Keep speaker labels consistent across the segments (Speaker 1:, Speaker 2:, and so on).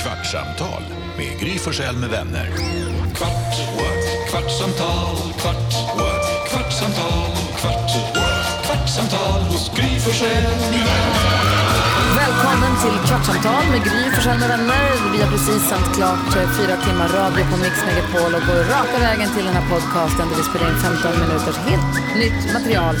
Speaker 1: kvartsamtal med Gry Forssell med vänner. Kvart, what? kvartsamtal, kvart, what? kvartsamtal, kvart, what? kvartsamtal hos Gry Forssell med vänner.
Speaker 2: Välkommen till Kvartsamtal med Gry Forssell med vänner. Vi har precis sänt klart eh, fyra timmar radio på Mix Megapol och går raka vägen till den här podcasten där vi spelar in 15 minuters helt nytt material.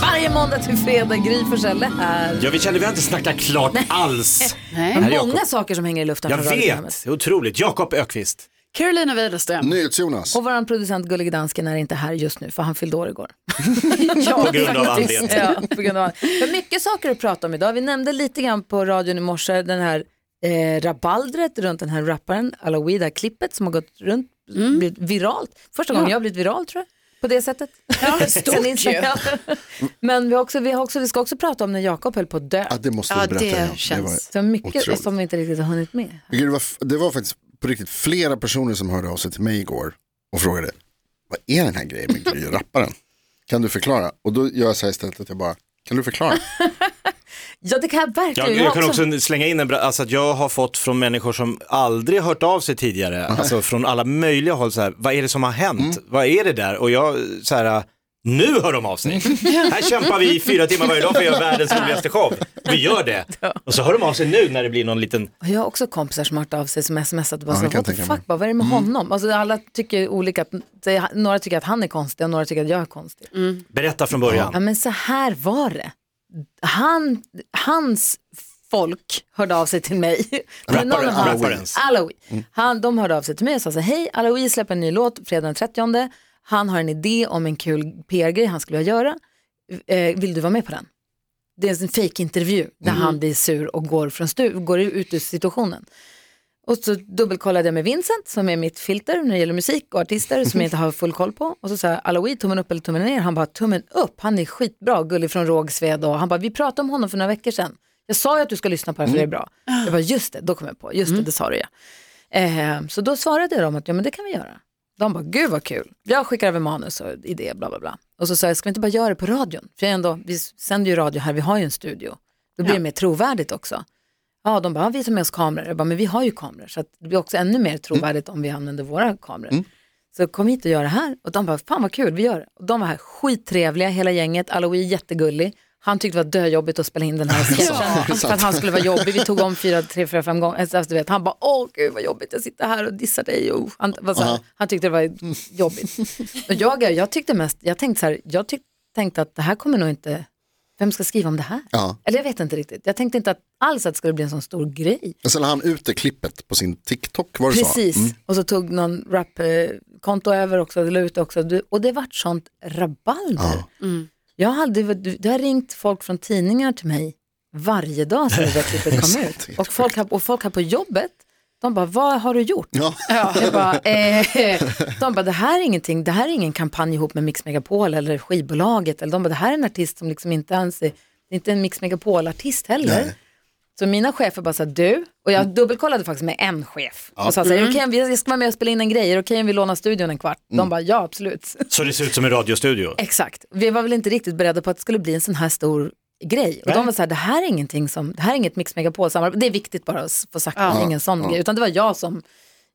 Speaker 2: Varje måndag till fredag, Gry Forssell är här.
Speaker 3: Ja, vi kände vi har inte snackat klart alls.
Speaker 2: Det
Speaker 3: Här är
Speaker 2: är
Speaker 3: Jakob.
Speaker 2: många saker som hänger i luften.
Speaker 3: Jag
Speaker 2: från radioprogrammet.
Speaker 3: vet, det är otroligt. Jakob Ökvist.
Speaker 4: Carolina Widerström.
Speaker 5: NyhetsJonas.
Speaker 2: Och vår producent Gullig Dansken är inte här just nu för han fyllde år igår.
Speaker 3: På grund av anledning.
Speaker 2: Ja, på grund av det är mycket saker att prata om idag. Vi nämnde lite grann på radion i morse den här eh, rabaldret runt den här rapparen, Alawida-klippet som har gått runt, blivit viralt. Första gången jag har blivit viral tror jag, på det sättet. Ja,
Speaker 4: stort ju.
Speaker 2: Men vi, har också, vi, har också, vi ska också prata om när Jakob höll på att dö.
Speaker 5: Ja, det måste
Speaker 4: Ja,
Speaker 5: du berätta.
Speaker 4: det
Speaker 5: igen.
Speaker 4: känns-
Speaker 2: Så mycket
Speaker 5: Otroligt.
Speaker 2: som vi inte riktigt har hunnit med.
Speaker 5: Det, var, det, var, det var faktiskt på riktigt flera personer som hörde av sig till mig igår och frågade vad är den här grejen med Gry och rapparen? Kan du förklara? Och då gör jag så här istället att jag bara, kan du förklara?
Speaker 2: Ja, det kan jag verkligen.
Speaker 3: Jag,
Speaker 2: Jag har
Speaker 3: jag kan
Speaker 2: också-
Speaker 3: också slänga in en bra, alltså att jag har fått från människor som aldrig hört av sig tidigare, alltså från alla möjliga håll så här, vad är det som har hänt? Vad är det där? Och jag så här, nu hör de av sig. här kämpar vi i fyra timmar varje dag för att göra världens roligaste show. Vi gör det. Och så hör de av sig nu när det blir någon liten,
Speaker 2: Och Jag har också kompisar som har hört av sig som smsat och bara
Speaker 5: Ja, det
Speaker 2: så,
Speaker 5: kan
Speaker 2: what
Speaker 5: jag
Speaker 2: the
Speaker 5: tänka
Speaker 2: fuck,
Speaker 5: mig. Mm.
Speaker 2: bara, vad är det med honom? Alltså, alla tycker olika, att, det- några tycker att han är konstig och några tycker att jag är konstig.
Speaker 3: berätta från
Speaker 2: Ja
Speaker 3: början.
Speaker 2: men så här var det. Han, hans folk hörde av sig till mig. Det är någon av
Speaker 3: Rapparen,
Speaker 2: hans-
Speaker 3: rapparens.
Speaker 2: Aloi.
Speaker 5: Mm.
Speaker 2: Han, de hörde av sig till mig och sa så här, hej Aloi släpper en ny låt fredag den 30. Han har en idé om en kul PR-grej han skulle vilja göra. Eh, vill du vara med på den? Det är en fake-intervju där
Speaker 5: Mm.
Speaker 2: han blir sur och går, från stu- går ut ur situationen. Och så dubbelkollade jag med Vincent som är mitt filter när det gäller musik och artister som jag inte har full koll på. Och så sa jag, Aloi, tummen upp eller tummen ner? Han bara, tummen upp, han är skitbra, gullig från Rågsved. Och han bara, vi pratade om honom för några veckor sedan. Jag sa ju att du ska lyssna på det här för det är bra. Jag bara, just det, då kom jag på, just det, det sa du ja. Eh, så då svarade jag dem att, ja men det kan vi göra. De bara, gud vad kul. Jag skickar över manus och idé, bla bla bla. Och så sa jag, ska vi inte bara göra det på radion? För jag är ändå, vi sänder ju radio här, vi har ju en studio. Då blir det mer trovärdigt också. Ja, de bara, ja, vi tar med oss kameror. Jag bara, men vi har ju kameror, så att det blir också ännu mer trovärdigt om vi använder våra kameror. Så kom hit och gör det här. Och de bara, fan vad kul, vi gör det. Och de var här skittrevliga, hela gänget. Aloui jättegullig. Han tyckte det var döjobbigt att spela in den här sketchen. för att han skulle vara jobbig. Vi tog om fyra, tre, fyra, fem gånger. Alltså, du vet, han bara, åh gud vad jobbigt, jag sitter här och dissar dig. Och han, var så här, han tyckte det var jobbigt. Och jag, jag tyckte mest, jag tänkte så här, jag tyck, tänkte att det här kommer nog inte, vem ska skriva om det här?
Speaker 5: Ja.
Speaker 2: Eller jag vet inte riktigt. Jag tänkte inte att alls att det skulle bli en sån stor grej.
Speaker 5: Men sen la han ut det klippet på sin TikTok, var det
Speaker 2: Precis.
Speaker 5: så? Mm.
Speaker 2: Och så tog någon rapkonto över också, la ut det också. Du- Och det vart sånt rabalder. Jag har aldrig, varit- du- det har ringt folk från tidningar till mig varje dag sedan det där klippet kom
Speaker 5: det
Speaker 2: ut.
Speaker 5: är
Speaker 2: Och folk, har, och folk här på jobbet, de bara, vad har du gjort?
Speaker 5: Ja.
Speaker 2: Jag bara, eh, de bara, det här är ingenting, det här är ingen kampanj ihop med Mix Megapol eller skivbolaget. Eller de bara, det här är en artist som liksom inte ens är, det är inte en Mix Megapol-artist heller. Så mina chefer bara sa du, och jag dubbelkollade faktiskt med en chef. Och sa så här, okej om vi- jag ska vara med och spela in en grej, är det okej om vi lånar studion en kvart? De bara, ja absolut.
Speaker 3: Så det ser ut som en radiostudio.
Speaker 2: Exakt, vi var väl inte riktigt beredda på att det skulle bli en sån här stor grej. Och de var så här, det här är ingenting som, det här är inget Mix Megapol-samarbete, det är viktigt bara att s- få sagt att det är ingen sån grej. Utan det var jag som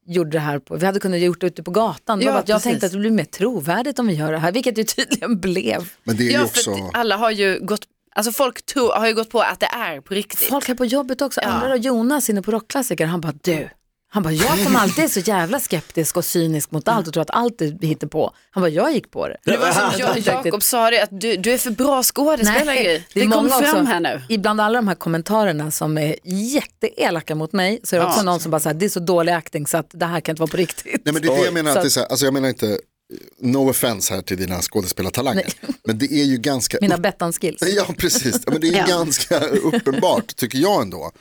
Speaker 2: gjorde det här, på, vi hade kunnat gjort det ute på gatan. Det
Speaker 4: Ja,
Speaker 2: var bara att jag
Speaker 4: precis.
Speaker 2: tänkte att det blir mer trovärdigt om vi gör det här, vilket det tydligen blev.
Speaker 5: Men det är ju
Speaker 4: Ja,
Speaker 5: också,
Speaker 4: för att alla har ju gått, alltså folk to, har ju gått på att det är på riktigt.
Speaker 2: Folk här på jobbet också, andra då, Jonas inne på rockklassiker, han bara du. Han bara, jag som alltid är så jävla skeptisk och cynisk mot allt och tror att allt vi hittar på. Han bara, jag gick på det.
Speaker 4: Det var som jag,
Speaker 2: Ursäkta.
Speaker 4: Jakob sa det, att du, du är för bra skådespelare. Gry.
Speaker 2: är
Speaker 4: det kom
Speaker 2: många
Speaker 4: fram
Speaker 2: också.
Speaker 4: här nu.
Speaker 2: Ibland alla de här kommentarerna som är jätteelaka mot mig så är det
Speaker 4: Ja.
Speaker 2: också någon som bara säger det är så dålig acting så att det här kan inte vara på riktigt.
Speaker 5: nej men det är det jag menar,
Speaker 2: Så
Speaker 5: att det är så här, alltså jag menar inte, no offense här till dina skådespelartalanger, men det är ju ganska
Speaker 2: Mina Bettan-skills.
Speaker 5: Ja, precis. Ja, Men det är ju
Speaker 4: Ja.
Speaker 5: ganska uppenbart, tycker jag ändå,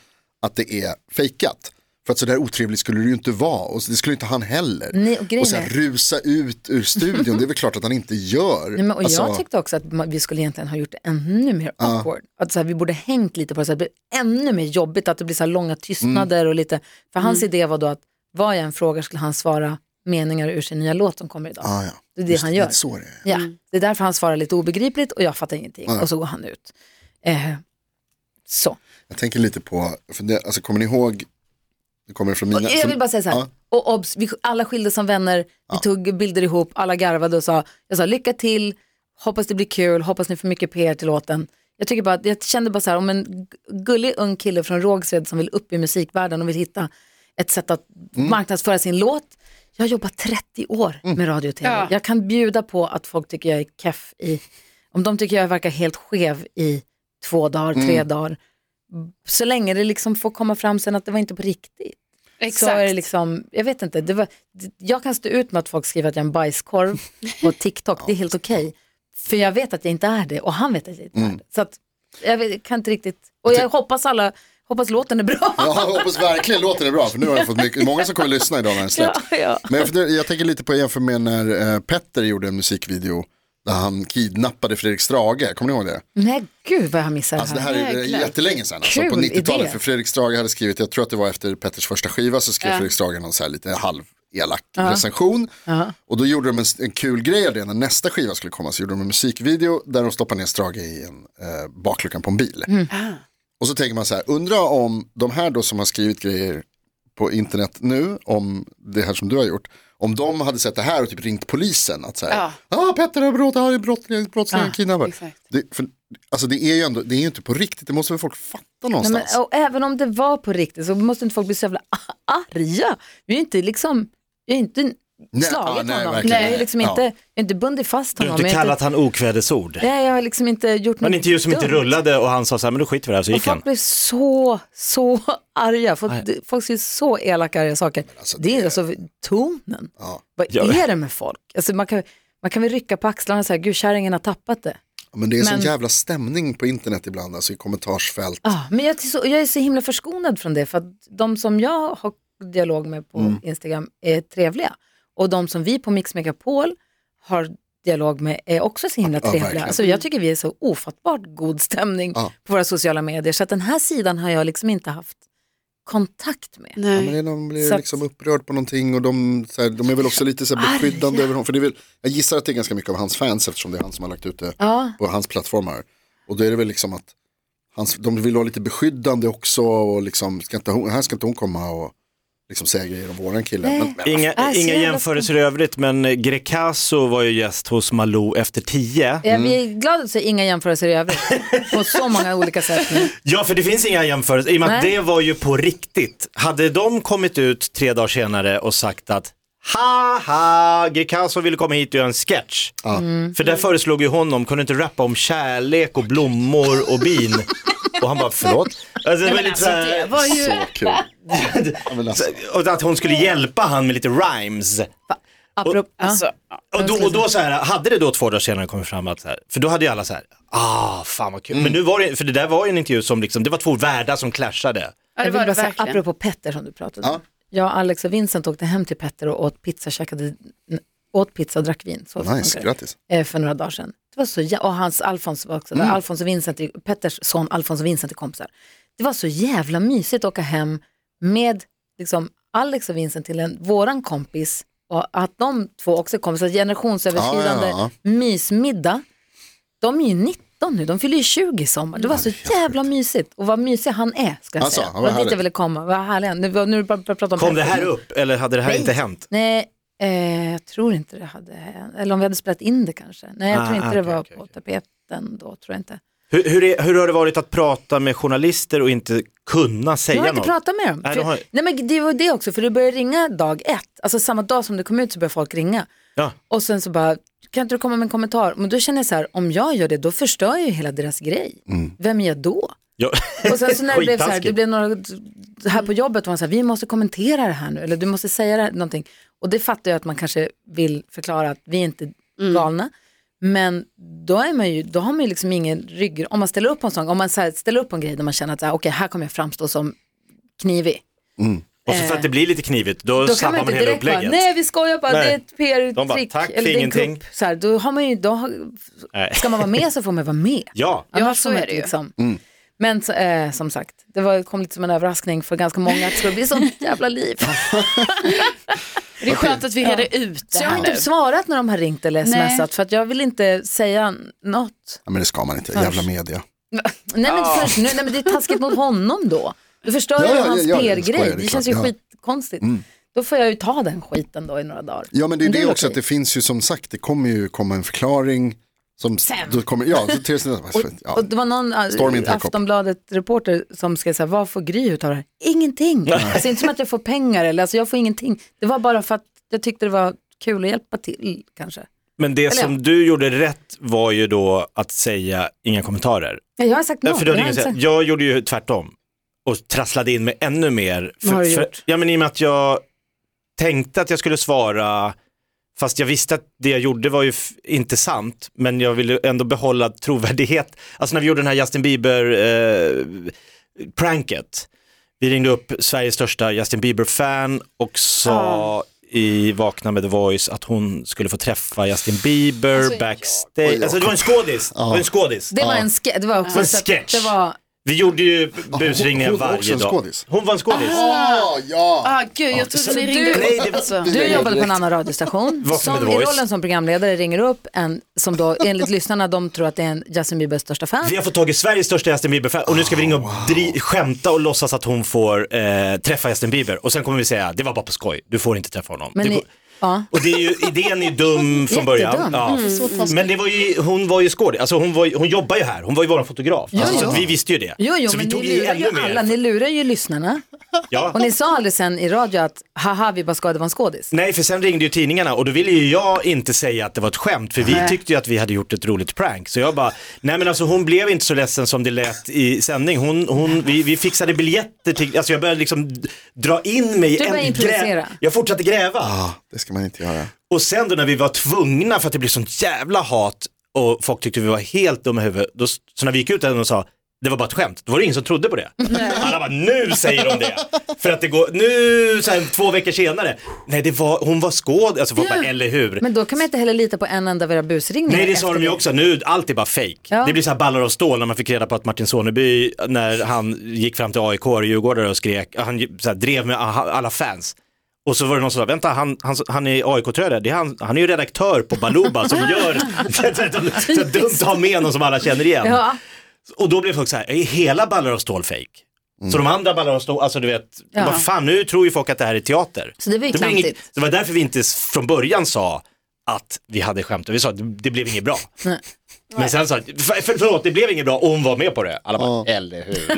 Speaker 5: att det är fejkat. För att sådär otrevlig skulle det ju inte vara och det skulle inte han heller.
Speaker 2: Nej, och grejen
Speaker 5: och sen
Speaker 2: är-
Speaker 5: rusa ut ur studion, det är väl klart att han inte gör.
Speaker 2: Nej, men, och jag
Speaker 5: Alltså,
Speaker 2: tyckte också att man, vi skulle egentligen ha gjort det ännu mer awkward. Att så här, vi borde hängt lite på det så att det blir ännu mer jobbigt att det blir så här långa tystnader
Speaker 5: Mm.
Speaker 2: och lite. För hans idé var då att vad jag än frågar skulle han svara meningar ur sin nya låt som kommer idag.
Speaker 5: ah, ja.
Speaker 2: Det är det
Speaker 5: Just
Speaker 2: han gör.
Speaker 5: Det är så det är.
Speaker 2: Ja, det är därför han svarar lite obegripligt och jag fattar ingenting
Speaker 5: Ah,
Speaker 2: och så går han ut. Eh, så.
Speaker 5: Jag tänker lite på, för det, alltså, kommer ni ihåg, Det kommer från mina.
Speaker 2: Och jag vill
Speaker 5: från-
Speaker 2: bara säga så här,
Speaker 5: Ja.
Speaker 2: och obs, vi alla skildes som vänner, vi tog bilder ihop, alla garvade och sa, jag sa lycka till, hoppas det blir kul, hoppas ni får mycket PR till låten. Jag, tycker bara, att- jag kände bara så här, om en gu- gullig ung kille från Rågsved som vill upp i musikvärlden och vill hitta ett sätt att
Speaker 5: Mm.
Speaker 2: marknadsföra sin låt, jag har jobbat 30 år med radio och tv.
Speaker 4: Ja.
Speaker 2: Jag kan bjuda på att folk tycker jag är keff i, om de tycker jag verkar helt skev i två dagar, tre
Speaker 5: Mm.
Speaker 2: dagar, så länge det liksom får komma fram sen att det var inte på riktigt. Så är det liksom, jag vet inte, det var, d- jag kan stå ut med att folk skriver att jag är en bajskorv på TikTok, det är helt okej. För jag vet att jag inte är det och han vet att jag inte
Speaker 5: Mm.
Speaker 2: är det. Så att, jag vet, kan inte riktigt, och jag hoppas alla, hoppas låten är bra.
Speaker 5: Ja, jag hoppas verkligen låten är bra, för nu har jag fått mycket, många som kommer lyssna idag när den släpps.
Speaker 2: Ja, ja.
Speaker 5: Men jag, funderar- jag tänker lite på jämför med när eh, Petter gjorde en musikvideo där han kidnappade Fredrik Strage, kommer ni ihåg det?
Speaker 2: Nej gud vad jag missar
Speaker 5: Alltså
Speaker 2: det
Speaker 5: det
Speaker 2: här.
Speaker 5: här är
Speaker 4: Jäklar.
Speaker 5: jättelänge sedan, alltså, på
Speaker 2: Kul
Speaker 5: 90-talet.
Speaker 2: idé.
Speaker 5: För Fredrik Strage hade skrivit, jag tror att det var efter Petters första skiva, så skrev Fredrik Strage någon så här lite halv elak recension. Och då gjorde de en, en kul grej av det, när nästa skiva skulle komma så gjorde de en musikvideo där de stoppade ner Strage i en eh, bakluckan på en bil. Och så tänker man så här, undra om de här då som har skrivit grejer på internet nu, om det här som du har gjort, om de hade sett det här och typ ringt polisen. Att så här,
Speaker 4: Ja.
Speaker 5: ah, Petter har brott, han är brottsling, brottsling, kidnappare.
Speaker 4: exakt.
Speaker 5: Det, för, alltså det är ju ändå, det är ju inte på riktigt, det måste väl folk fatta
Speaker 2: Nej, men,
Speaker 5: någonstans.
Speaker 2: och även om det var på riktigt så måste inte folk bli så jävla arga. Vi är inte liksom, vi är inte
Speaker 5: Nej,
Speaker 2: slagit
Speaker 5: ja, nej,
Speaker 2: honom.
Speaker 5: verkligen.
Speaker 2: jag är liksom
Speaker 5: Ja.
Speaker 2: inte, jag är inte bundit fast
Speaker 3: Du
Speaker 2: honom.
Speaker 3: har inte
Speaker 2: Jag är
Speaker 3: kallat han okvädesord.
Speaker 2: Nej, jag har liksom inte gjort
Speaker 3: Men
Speaker 2: något
Speaker 3: intervju som inte
Speaker 2: dumt.
Speaker 3: rullade och han sa så här, men då skiter vi i det här, så
Speaker 2: Och
Speaker 3: gick han.
Speaker 2: folk blir så, så arga. Folk, folk skriver så elaka arga saker. det är alltså tonen. Vad
Speaker 3: Ja.
Speaker 2: är det med folk? Alltså man, kan, man kan väl rycka på axlarna och säga, gud kärringen har tappat det.
Speaker 5: Men det är en sån
Speaker 2: men-
Speaker 5: jävla stämning på internet ibland, alltså i kommentarsfält.
Speaker 2: Ja, Ah, men jag, är så, jag är så himla förskonad från det för att de som jag har dialog med på
Speaker 5: Mm.
Speaker 2: Instagram är trevliga. Och de som vi på Mix Megapol har dialog med är också så himla
Speaker 5: Ja,
Speaker 2: trevliga.
Speaker 5: verkligen.
Speaker 2: så jag tycker vi är så ofattbart god stämning
Speaker 5: Ja.
Speaker 2: på våra sociala medier. Så att den här sidan har jag liksom inte haft kontakt med.
Speaker 5: Ja,
Speaker 4: Nej.
Speaker 5: men det är- de
Speaker 2: Så
Speaker 5: blir
Speaker 2: att-
Speaker 5: liksom upprörd på någonting och de, så här, de är väl också lite så här beskyddande över honom. För det är väl, jag gissar att det är ganska mycket av hans fans eftersom det är han som har lagt ut det
Speaker 2: Ja.
Speaker 5: på hans plattformar. Och då är det väl liksom att hans, de vill ha lite beskyddande också och liksom, ska inte hon, här ska inte hon komma och liksom säga grejer om våran kille.
Speaker 2: Nej.
Speaker 5: Men, men,
Speaker 3: Inga,
Speaker 2: Alltså,
Speaker 3: inga
Speaker 2: jävla-
Speaker 3: jämförelser i övrigt, men Grecaso var ju gäst hos Malou efter tio.
Speaker 2: Ja, Vi är glada att säga inga jämförelser i övrigt på så många olika sätt nu.
Speaker 3: Ja, för det finns inga jämförelser, i och med att
Speaker 2: Nej.
Speaker 3: det var ju på riktigt. Hade de kommit ut tre dagar senare och sagt att Haha, Grecaso ville komma hit och göra en sketch. Mm.
Speaker 2: Mm.
Speaker 3: För där föreslog ju honom, kunde inte rappa om kärlek och blommor och bin. och han bara, förlåt? Alltså, det var lite så här-
Speaker 4: det var ju...
Speaker 5: så kul. Ja, men alltså,
Speaker 3: och att hon skulle hjälpa han med lite rhymes.
Speaker 2: Apropå,
Speaker 4: Alltså,
Speaker 2: ja.
Speaker 4: ja.
Speaker 3: Och då, och då så här, hade det då två dagar senare kommit fram att så här, för då hade ju alla så här, ah fan vad kul.
Speaker 5: Mm.
Speaker 3: Men nu var det, för det där var ju en intervju som liksom, det var två världar som clashade.
Speaker 4: Ja, det
Speaker 2: jag vill
Speaker 4: var
Speaker 2: bara
Speaker 4: det
Speaker 2: säga,
Speaker 4: verkligen.
Speaker 2: apropå Petter som du pratade om.
Speaker 5: Ja.
Speaker 2: Jag, Alex och Vincent åkte hem till Petter och åt pizza, käkade, n- åt pizza och drack vin. Så
Speaker 5: nice,
Speaker 2: funkar det.
Speaker 5: grattis.
Speaker 2: Eh, för några dagar sedan. Det var så jä- och hans Alfons var också där.
Speaker 5: Mm.
Speaker 2: Alfons och Vincent, är- Petters son Alfons och Vincent är kompisar. Det var så jävla mysigt att åka hem med liksom, Alex och Vincent till en, våran kompis och att de två också är kompisar, generationsöverskridande
Speaker 5: Ja, ja,
Speaker 2: mysmiddag. De är ju 19 nu, de fyller ju 20 i sommar. Det var så jävla mysigt och vad mysig han är ska jag
Speaker 5: Alltså,
Speaker 2: säga.
Speaker 5: vad
Speaker 2: Det var dit
Speaker 5: härligt.
Speaker 2: jag ville komma, vad härligt. Nu, nu är det bara bara att prata om
Speaker 3: Kom det
Speaker 2: Petter.
Speaker 3: här upp eller hade det här
Speaker 2: Nej.
Speaker 3: inte hänt?
Speaker 2: Nej, eh, jag tror inte det hade hänt. Eller om vi hade spelat in det kanske. Nej, jag
Speaker 3: Ah,
Speaker 2: tror inte
Speaker 3: okej,
Speaker 2: det var
Speaker 3: okej,
Speaker 2: på
Speaker 3: okej.
Speaker 2: tapeten då. Tror jag inte.
Speaker 3: Hur, hur, är, hur har det varit att prata med journalister och inte kunna
Speaker 2: Jag
Speaker 3: säga
Speaker 2: har inte
Speaker 3: något?
Speaker 2: pratat med dem.
Speaker 3: Nej,
Speaker 2: för,
Speaker 3: de har-
Speaker 2: nej, men det var det också, för det började ringa dag ett. Alltså samma dag som det kom ut så började folk ringa.
Speaker 3: Ja.
Speaker 2: Och sen så bara, kan inte du komma med en kommentar? Men då känner jag så här, om jag gör det, då förstör jag ju hela deras grej.
Speaker 3: Mm.
Speaker 2: Vem är jag då?
Speaker 3: Ja.
Speaker 2: Och sen så när det blev så här,
Speaker 3: Skittaskigt.
Speaker 2: det blev några, här på jobbet var han så här, vi måste kommentera det här nu, eller du måste säga det här, någonting. Och det fattar jag att man kanske vill förklara att vi är inte
Speaker 3: Mm.
Speaker 2: galna. Men då, är man ju, då har man ju liksom ingen rygg, om man ställer upp på en sån, om man så här, ställer upp på en grej där man känner att så här, okej, här kommer jag framstå som knivig.
Speaker 3: Och så för att det blir lite knivigt, då,
Speaker 2: Då kan
Speaker 3: sabbar
Speaker 2: man
Speaker 3: man,
Speaker 2: inte
Speaker 3: hela
Speaker 2: direkt bara,
Speaker 3: upplägget.
Speaker 2: nej vi skojar bara,
Speaker 3: Nej.
Speaker 2: det är ett
Speaker 3: De bara,
Speaker 2: PR-trick.
Speaker 3: tack för
Speaker 2: eller det är en
Speaker 3: ingenting.
Speaker 2: kupp. Så här, då har man ju, då har,
Speaker 3: Nej.
Speaker 2: ska man vara med så får man vara med.
Speaker 3: Ja,
Speaker 2: Annars
Speaker 4: så
Speaker 2: får man
Speaker 4: är
Speaker 2: inte
Speaker 4: det ju. Mm.
Speaker 2: Liksom.
Speaker 5: Mm.
Speaker 2: Men så, eh, som sagt, det var, kom lite som en överraskning för ganska många att det skulle bli sånt jävla liv.
Speaker 4: Det är skönt att vi reder ut det
Speaker 2: Så jag har
Speaker 4: här
Speaker 2: inte
Speaker 4: nu.
Speaker 2: typ svarat när de har ringt eller
Speaker 4: Nej.
Speaker 2: smsat för att jag vill inte säga något.
Speaker 5: Ja, men det ska man inte, jävla media.
Speaker 2: Nej men, först, nu, nej, men det är taskigt mot honom då. Du förstör
Speaker 5: Ja,
Speaker 2: ju
Speaker 5: ja,
Speaker 2: hans
Speaker 5: ja, ja, jag skojar,
Speaker 2: PR-grej,
Speaker 5: det är
Speaker 2: det
Speaker 5: klart,
Speaker 2: känns ju
Speaker 5: ja. Mm.
Speaker 2: skitkonstigt. Då får jag ju ta den skiten då i några dagar.
Speaker 5: Ja men det är det,
Speaker 2: väl
Speaker 5: också att
Speaker 2: okej.
Speaker 5: det finns ju som sagt, det kommer ju komma en förklaring. Som
Speaker 2: Sen.
Speaker 5: Då kommer, ja, så till ja.
Speaker 2: Och det var någon
Speaker 5: Storm i en
Speaker 2: eh,
Speaker 5: tekopp.
Speaker 2: Aftonbladet-reporter som skrev så här, vad får Gry ut av det här? Ingenting. Alltså inte som att jag får pengar eller, alltså jag får ingenting. Det var bara för att jag tyckte det var kul att hjälpa till kanske.
Speaker 3: Men det
Speaker 2: Eller ja.
Speaker 3: som du gjorde rätt var ju då att säga inga kommentarer.
Speaker 2: Ja, jag har sagt
Speaker 3: Ja,
Speaker 2: något.
Speaker 3: för då
Speaker 2: jag
Speaker 3: jag,
Speaker 2: har
Speaker 3: jag,
Speaker 2: inte
Speaker 3: säga,
Speaker 2: sagt-
Speaker 3: jag gjorde ju tvärtom och trasslade in med ännu mer.
Speaker 2: Vad har du
Speaker 3: för,
Speaker 2: gjort?
Speaker 3: ja, men I och med att jag tänkte att jag skulle svara, fast jag visste att det jag gjorde var ju f- inte sant, men jag ville ändå behålla trovärdighet. Alltså när vi gjorde den här Justin Bieber-pranket, vi ringde upp Sveriges största Justin Bieber-fan och sa i Vakna med The Voice att hon skulle få träffa Justin Bieber backstage. Alltså det var en skådis. Det var en skådis.
Speaker 2: Det var en ske- det var också
Speaker 3: En
Speaker 2: så att
Speaker 3: sketch.
Speaker 2: Det var,
Speaker 3: Vi gjorde ju busringningar
Speaker 5: Ah, hon var
Speaker 3: varje
Speaker 5: också en
Speaker 3: dag.
Speaker 5: skådis.
Speaker 3: Hon var en skådis.
Speaker 5: Ah, ja.
Speaker 4: Ah, gud, jag trodde ni ringde
Speaker 2: du-
Speaker 4: upp alltså.
Speaker 2: du jobbade på en annan radiostation
Speaker 3: Vad som
Speaker 2: som
Speaker 3: är The
Speaker 2: i
Speaker 3: Voice.
Speaker 2: rollen som programledare ringer upp en som då enligt lyssnarna de tror att det är en Justin Biebers största fan.
Speaker 3: Vi har fått tag i Sveriges största Justin Bieber-fan och nu ska vi ringa och dri- skämta och låtsas att hon får eh, träffa Justin Bieber och sen kommer vi säga det var bara på skoj, du får inte träffa honom.
Speaker 2: Men
Speaker 3: det,
Speaker 2: ni-
Speaker 3: går-
Speaker 2: ja.
Speaker 3: Och det är ju, idén är ju dum från början.
Speaker 2: Jättedum. Mm,
Speaker 3: Ja. Men det var ju, hon var ju skådis, alltså hon, var, ju- hon jobbar ju här, hon var ju vår fotograf. alltså,
Speaker 2: jo.
Speaker 3: Så att vi visste ju det.
Speaker 2: Jo, jo,
Speaker 3: så vi
Speaker 2: men ni
Speaker 3: tog i
Speaker 2: lurar
Speaker 3: ännu
Speaker 2: ju
Speaker 3: mer.
Speaker 2: alla, ni lurar ju lyssnarna.
Speaker 3: Ja.
Speaker 2: Och ni sa aldrig sen i radio att haha vi bara skojade, det var en skådis.
Speaker 3: Nej, för sen ringde ju tidningarna och då ville ju jag inte säga att det var ett skämt, för vi tyckte ju att vi hade gjort ett roligt prank. Så jag bara, nej men alltså hon blev inte så ledsen som det lät i sändning. Hon, hon, vi, vi fixade biljetter till, alltså jag började liksom dra in mig i
Speaker 2: Du började improvisera.
Speaker 3: Jag fortsatte gräva.
Speaker 5: Ah, det ska man inte göra.
Speaker 3: Och sen då när vi var tvungna för att det blev sånt jävla hat och folk tyckte vi var helt dumma i huvudet, då, så när vi gick ut där och sa det var bara ett skämt, då var det ingen som trodde på det. Alla bara, nu säger de det! För att det går, nu, så här, två veckor senare, nej det var, hon var skåd, alltså folk bara, eller hur?
Speaker 2: Men då kan man inte heller lita på en enda av era busringningar.
Speaker 3: Nej det sa
Speaker 2: efter
Speaker 3: de ju också, nu allt är bara fake.
Speaker 2: Ja.
Speaker 3: Det blir så här ballar av stål när man fick reda på att Martin Soneby, när han gick fram till AIK och Djurgårdare och skrek, han ju- så här, drev med aha- alla fans. Och så var det någon som sa, vänta han, han, han är AIK-tröja där. Det är han, han är ju redaktör på Baluba som gör, så här dumt att ha med någon som alla känner igen.
Speaker 2: Ja,
Speaker 3: Och då blev folk så här, är hela ballar av stål fake? Så de andra ballar av stål, alltså du vet,
Speaker 2: Ja.
Speaker 3: vad fan nu tror ju folk att det här är teater.
Speaker 2: Så det var ju
Speaker 3: blev
Speaker 2: klantigt.
Speaker 3: det var därför vi inte s- från början sa att vi hade skämt, vi sa att det det blev inget bra.
Speaker 2: Nej.
Speaker 3: Men sen sa för, för, förlåt det blev inget bra och hon var med på det. Alla bara, eller hur?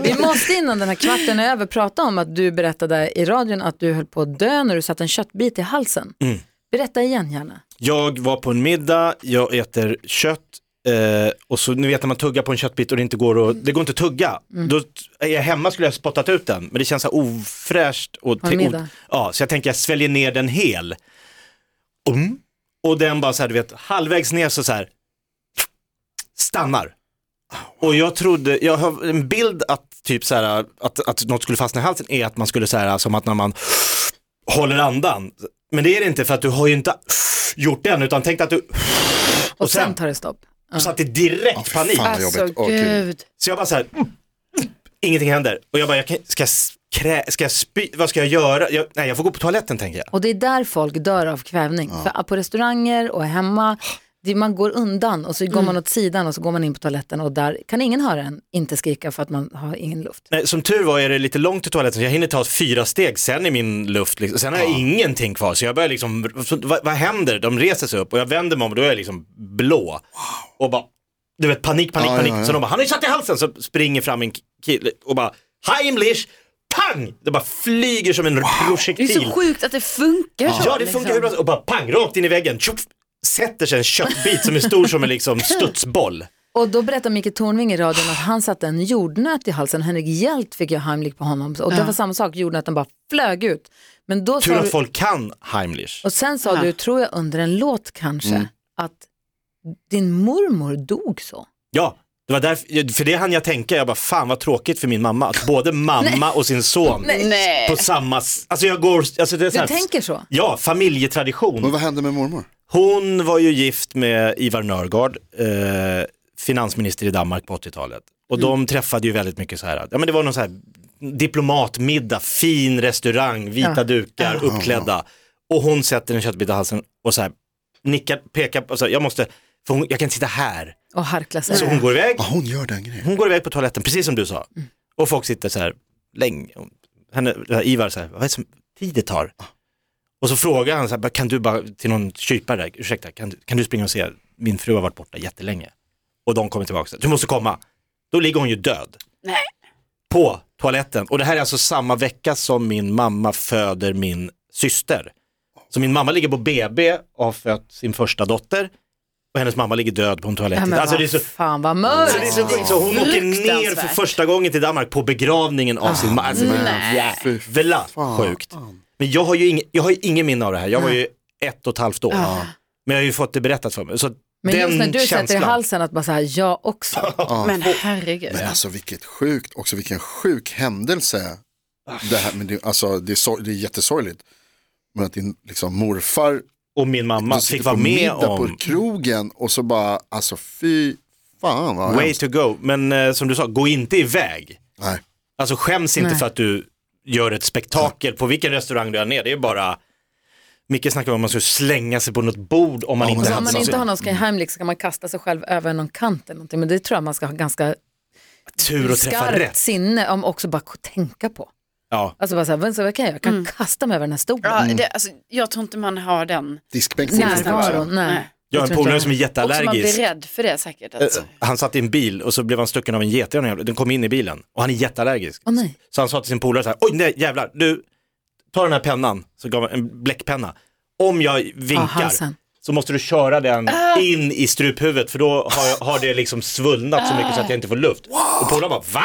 Speaker 2: vi måste innan den här kvarten är över prata om att du berättade i radion att du höll på att dö när du satte en köttbit i halsen.
Speaker 3: Mm.
Speaker 2: Berätta igen gärna.
Speaker 3: Jag var på en middag, jag äter kött eh, och så ni vet när man tuggar på en köttbit och det inte går att, det går inte att tugga.
Speaker 2: Mm.
Speaker 3: Då t- är jag hemma skulle jag ha spottat ut den, men det känns så här ofräscht. Och
Speaker 2: en
Speaker 3: te-
Speaker 2: middag.
Speaker 3: och- ja, så jag tänker jag sväljer ner den hel. Mm. Och den bara så här, du vet, halvvägs ner så, så här stannar. Och jag trodde, jag har en bild att typ så här, att, att något skulle fastna i halsen är att man skulle så här, som att när man håller andan. Men det är det inte för att du har ju inte gjort det än utan tänk att du,
Speaker 2: Och, sen,
Speaker 3: sen-
Speaker 2: tar det stopp.
Speaker 3: och satte direkt
Speaker 5: fy
Speaker 3: panik.
Speaker 5: fan.
Speaker 4: Alltså
Speaker 5: jobbigt. Åh, gud.
Speaker 4: gud.
Speaker 3: Så jag bara så här, ingenting händer. Och jag bara, jag kan, ska, jag s- krä, ska jag spy, vad ska jag göra? Jag, nej, jag får gå på toaletten tänker jag.
Speaker 2: Och det är där folk dör av kvävning. För på restauranger och hemma, det, man går undan och så går man åt sidan och så går man in på toaletten och där kan ingen höra en inte skrika för att man har ingen luft.
Speaker 3: Nej, som tur var är det lite långt till toaletten så jag hinner ta fyra steg sen i min luft. Liksom. Sen har jag ingenting kvar så jag börjar liksom, så, vad, vad händer? De reser sig upp och jag vänder mig om och då är jag liksom blå. Och bara, du vet panik, panik,
Speaker 5: Ja,
Speaker 3: panik.
Speaker 5: ja, ja.
Speaker 3: Så de bara, han har ju satt i halsen. Så springer fram en kille och bara, Heimlich, pang! Det bara flyger som en
Speaker 4: Det
Speaker 3: projektil.
Speaker 4: är så sjukt liksom. att det funkar så.
Speaker 3: Ja det funkar hur bra som- och bara pang, rakt in i väggen. Tjoff, sätter sig en köttbit som är stor som en liksom studsboll.
Speaker 2: Och då berättar Micke Tornving i radion att han satte en jordnöt i halsen. Henrik Hjält fick ju Heimlich på honom. Och det var samma sak, jordnöten bara flög ut. Men då
Speaker 3: Tur
Speaker 2: sa du,
Speaker 3: att folk kan Heimlich.
Speaker 2: och sen sa du, tror jag under en låt kanske,
Speaker 3: Mm.
Speaker 2: att din mormor dog så.
Speaker 3: Ja, det var därför, för det hann jag tänka, jag bara fan vad tråkigt för min mamma. Att både mamma och sin son
Speaker 4: Nej.
Speaker 3: på samma, s- alltså jag går, alltså det är
Speaker 2: Du
Speaker 3: så här,
Speaker 2: tänker så?
Speaker 3: Ja, familjetradition.
Speaker 5: Men vad hände med mormor?
Speaker 3: Hon var ju gift med Ivar Nörgaard, eh, finansminister i Danmark på 80-talet. Och
Speaker 2: Mm.
Speaker 3: de träffade ju väldigt mycket så här, ja men det var någon så här diplomatmiddag, fin restaurang, vita
Speaker 2: Ja.
Speaker 3: dukar, uppklädda. Och hon sätter en köttbit i halsen och så här nickar, pekar, på- så här, jag måste, för hon, jag kan inte sitta här.
Speaker 2: Och harkla sig.
Speaker 3: Så hon går iväg,
Speaker 5: Ah, hon gör den grejen.
Speaker 3: hon går iväg på toaletten, precis som du sa. Och folk sitter så här länge, henne, Ivar så här, vad är det som tid det tar? Och så frågar han så här, kan du bara till någon kypare, ursäkta, kan du, kan du springa och se, min fru har varit borta jättelänge. Och de kommer tillbaka, så här, du måste komma. Då ligger hon ju död.
Speaker 4: Nej.
Speaker 3: På toaletten. Och det här är alltså samma vecka som min mamma föder min syster. Så min mamma ligger på BB och har fött sin första dotter. Och hennes mamma ligger död på en toalett.
Speaker 2: Nej, men
Speaker 3: alltså,
Speaker 2: vad
Speaker 3: det är så
Speaker 2: fan vad
Speaker 3: så, det är
Speaker 2: mörkt.
Speaker 3: så, sjukt. så hon åker ner för
Speaker 4: Fruktansvärt.
Speaker 3: första gången till Danmark på begravningen av sin mamma.
Speaker 2: Ah,
Speaker 3: Alltså,
Speaker 5: Fy
Speaker 3: jävla sjukt. Men jag har ju ing, jag har ju ingen minne av det här. Jag var ju ett och ett halvt år. Men jag har ju fått det berättat för mig. Så
Speaker 2: Ah. Men
Speaker 3: den
Speaker 2: just när du
Speaker 3: känslan.
Speaker 2: sätter i halsen att bara så här, jag också.
Speaker 4: Men herregud.
Speaker 5: Men alltså vilket sjukt, också vilken sjuk händelse. Det, här, men det, alltså, det, är sor- det är jättesorgligt. Men att din liksom, morfar
Speaker 3: Och min mamma
Speaker 5: de
Speaker 3: fick
Speaker 5: sitter
Speaker 3: vara
Speaker 5: på
Speaker 3: med
Speaker 5: middag
Speaker 3: om
Speaker 5: på krogen och så bara, alltså fy fan vad
Speaker 3: way
Speaker 5: hemskt.
Speaker 3: to go. Men eh, som du sa, gå inte iväg.
Speaker 5: Nej.
Speaker 3: Alltså skäms inte för att du gör ett spektakel på vilken restaurang du är ner. Det är bara, Micke snackade om att man skulle slänga sig på något bord om man inte
Speaker 5: men-
Speaker 2: Om
Speaker 3: hade
Speaker 2: man
Speaker 5: Alltså-
Speaker 2: inte har någon Skyheimlich så kan man kasta sig själv över någon kant eller någonting. Men det tror jag man ska ha ganska
Speaker 3: tur att träffa
Speaker 2: skarpt
Speaker 3: rätt.
Speaker 2: sinne om också bara k- tänka på.
Speaker 3: Ja.
Speaker 2: Alltså bara så här, vad- så vad kan jag göra? Jag kan
Speaker 4: Mm.
Speaker 2: kasta mig över den här stolen.
Speaker 4: Ja,
Speaker 5: Mm.
Speaker 4: det, alltså, jag tror inte man har den.
Speaker 5: Diskbänken.
Speaker 2: Närvaron, nej.
Speaker 4: Nej.
Speaker 3: Jag har
Speaker 2: Det
Speaker 3: en
Speaker 2: tror inte
Speaker 3: polare som är
Speaker 4: Och som man
Speaker 3: jätteallergisk. Eh,
Speaker 4: blir rädd för det säkert.
Speaker 5: Äh.
Speaker 4: Alltså.
Speaker 3: Han satt i en bil och så blev han stucken av en get. Den jävla- den kom in i bilen och han är jätteallergisk.
Speaker 2: Åh, nej.
Speaker 3: Så han sa till sin polare så här, oj nej jävlar, du, ta den här pennan, så gav han en bläckpenna. Om jag
Speaker 2: Ja,
Speaker 3: vinkar
Speaker 2: halsen.
Speaker 3: så måste du köra den in i struphuvudet för då har, jag, har det liksom svullnat så mycket så att jag inte får luft. Och polaren bara, va?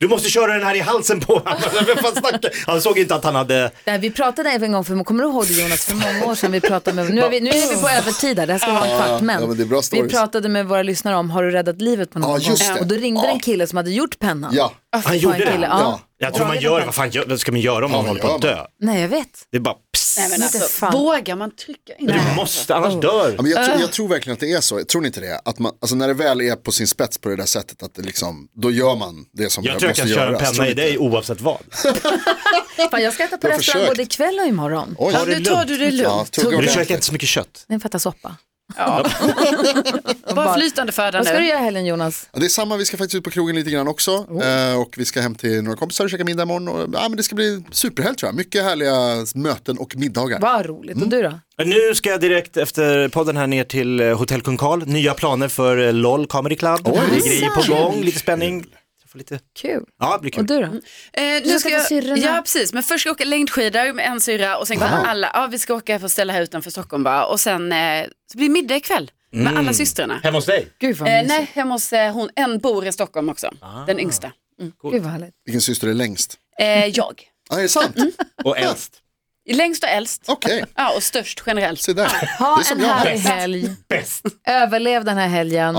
Speaker 3: Du måste köra den här i halsen på honom. Vem fan snackar? Han såg inte att han hade,
Speaker 2: Nej, vi pratade även en gång, för, kommer du ihåg det Jonas, för många år sedan vi pratade med, nu är vi, nu är vi på övertid här, det här ska vara en kvart, men,
Speaker 5: ja, men det är bra
Speaker 2: vi
Speaker 5: stories.
Speaker 2: pratade med våra lyssnare om, har du räddat livet på någon
Speaker 5: Ja, just
Speaker 2: gång?
Speaker 5: det.
Speaker 2: Och då ringde
Speaker 5: Ja.
Speaker 2: det en kille som hade gjort pennan.
Speaker 5: Ja,
Speaker 3: han gjorde det.
Speaker 2: kille, ja.
Speaker 3: Jag tror man gör, vad fan gör, vad ska man göra om någon
Speaker 5: vad
Speaker 3: håller på att
Speaker 5: gör
Speaker 3: dö?
Speaker 2: Nej, jag vet.
Speaker 3: Det är bara, pss,
Speaker 4: Nej, men
Speaker 2: Inte
Speaker 4: alltså,
Speaker 2: fan.
Speaker 4: vågar man trycka in
Speaker 3: du måste, annars dör.
Speaker 5: Ja, men jag,
Speaker 2: Ah.
Speaker 5: tror, jag tror verkligen att det är så. Tror ni inte det? Att man, alltså när det väl är på sin spets på det där sättet, att det liksom, då gör man det som
Speaker 3: Jag tror jag
Speaker 5: måste
Speaker 3: kan köra en
Speaker 5: göras. Tror
Speaker 3: penna
Speaker 5: ni
Speaker 3: i
Speaker 5: inte?
Speaker 3: dig oavsett vad.
Speaker 2: Fan, jag ska äta på
Speaker 5: Jag
Speaker 2: restaurang
Speaker 5: har försökt.
Speaker 2: både ikväll och imorgon.
Speaker 5: Oj,
Speaker 4: Ja, nu tar du det
Speaker 5: Ja,
Speaker 4: lugnt.
Speaker 5: tugga
Speaker 3: Men du
Speaker 5: ordentligt.
Speaker 3: käkar inte så mycket kött.
Speaker 2: Det är en fattasoppa.
Speaker 4: Bara flytande föda
Speaker 2: Vad ska du
Speaker 4: nu.
Speaker 2: göra i helgen Jonas?
Speaker 5: Ja, det är samma, vi ska faktiskt ut på krogen lite grann också. Eh, och vi ska hem till några kompisar och käka middag imorgon. Och, ja, men det ska bli superhelg tror jag. Mycket härliga möten och middagar.
Speaker 2: Vad roligt.
Speaker 5: Mm.
Speaker 2: Och du då?
Speaker 3: Nu ska jag direkt efter podden här ner till eh, Hotell Kung Karl. Nya planer för eh, LOL Comedy Club. det är grejer på gång, lite spänning. Jag får Lite...
Speaker 2: Kul.
Speaker 3: Ja, det blir
Speaker 2: Och
Speaker 3: kul.
Speaker 2: du då?
Speaker 4: Eh,
Speaker 2: ska
Speaker 4: nu
Speaker 2: till
Speaker 4: ska jag,
Speaker 2: syrrorna.
Speaker 4: ja precis, men först ska jag åka längdskidor med en syrra och sen kommer alla, ja vi ska åka för att ställa här utanför Stockholm bara och sen eh, så blir det middag ikväll med alla systrarna.
Speaker 3: Hemma hos dig?
Speaker 2: Gud vad
Speaker 4: Eh,
Speaker 2: mysigt.
Speaker 4: nej, hemma Mm. hos eh, hon, en bor i Stockholm också, den yngsta. Mm.
Speaker 2: Gud vad härligt.
Speaker 5: Vilken syster är längst?
Speaker 4: Eh, jag,
Speaker 5: Ja, är det sant?
Speaker 2: Mm.
Speaker 3: Och äldst.
Speaker 4: längst och äldst,
Speaker 5: Okej,
Speaker 4: ja och störst generellt.
Speaker 5: se där.
Speaker 2: Ha
Speaker 5: det är som
Speaker 2: en
Speaker 5: jag.
Speaker 2: härlig helg. Överlev den här helgen.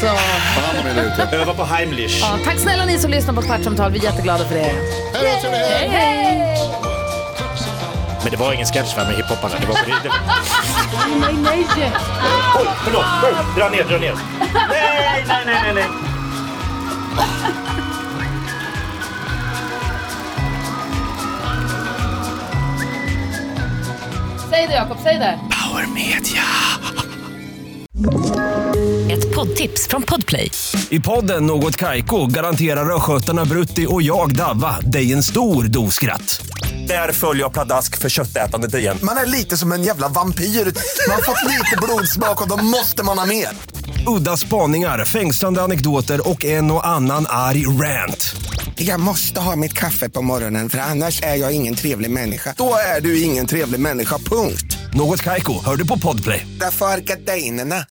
Speaker 2: Så,
Speaker 5: Ta hand om er där ute.
Speaker 3: Öva på Heimlich.
Speaker 2: ja, tack snälla ni som lyssnar på Kvartsamtal. Vi är jätteglada för det.
Speaker 5: Hej då, trevlig helg!
Speaker 3: Men det var ingen sketch va, med hiphopparna. Det var... Det... Nej, nej, nej. Oj, förlåt. Oj, dra ner, dra ner. Nej, nej, nej, nej. nej.
Speaker 2: Säg det Jakob, säg det.
Speaker 3: Power Media.
Speaker 6: Ett poddtips från Podplay.
Speaker 7: I podden Något Kaiko garanterar östgötarna Brutti och jag, Davva, dig en stor dos skratt. Där följer jag pladask för köttätandet igen.
Speaker 8: Man är lite som en jävla vampyr. Man har fått lite blodsmak och då måste man ha mer.
Speaker 7: Udda spaningar, fängslande anekdoter och en och annan arg rant.
Speaker 8: Jag måste ha mitt kaffe på morgonen för annars är jag ingen trevlig människa. Då är du ingen trevlig människa, punkt.
Speaker 7: Något Kaiko, hör du på Podplay.
Speaker 8: Därför arkadeinerna.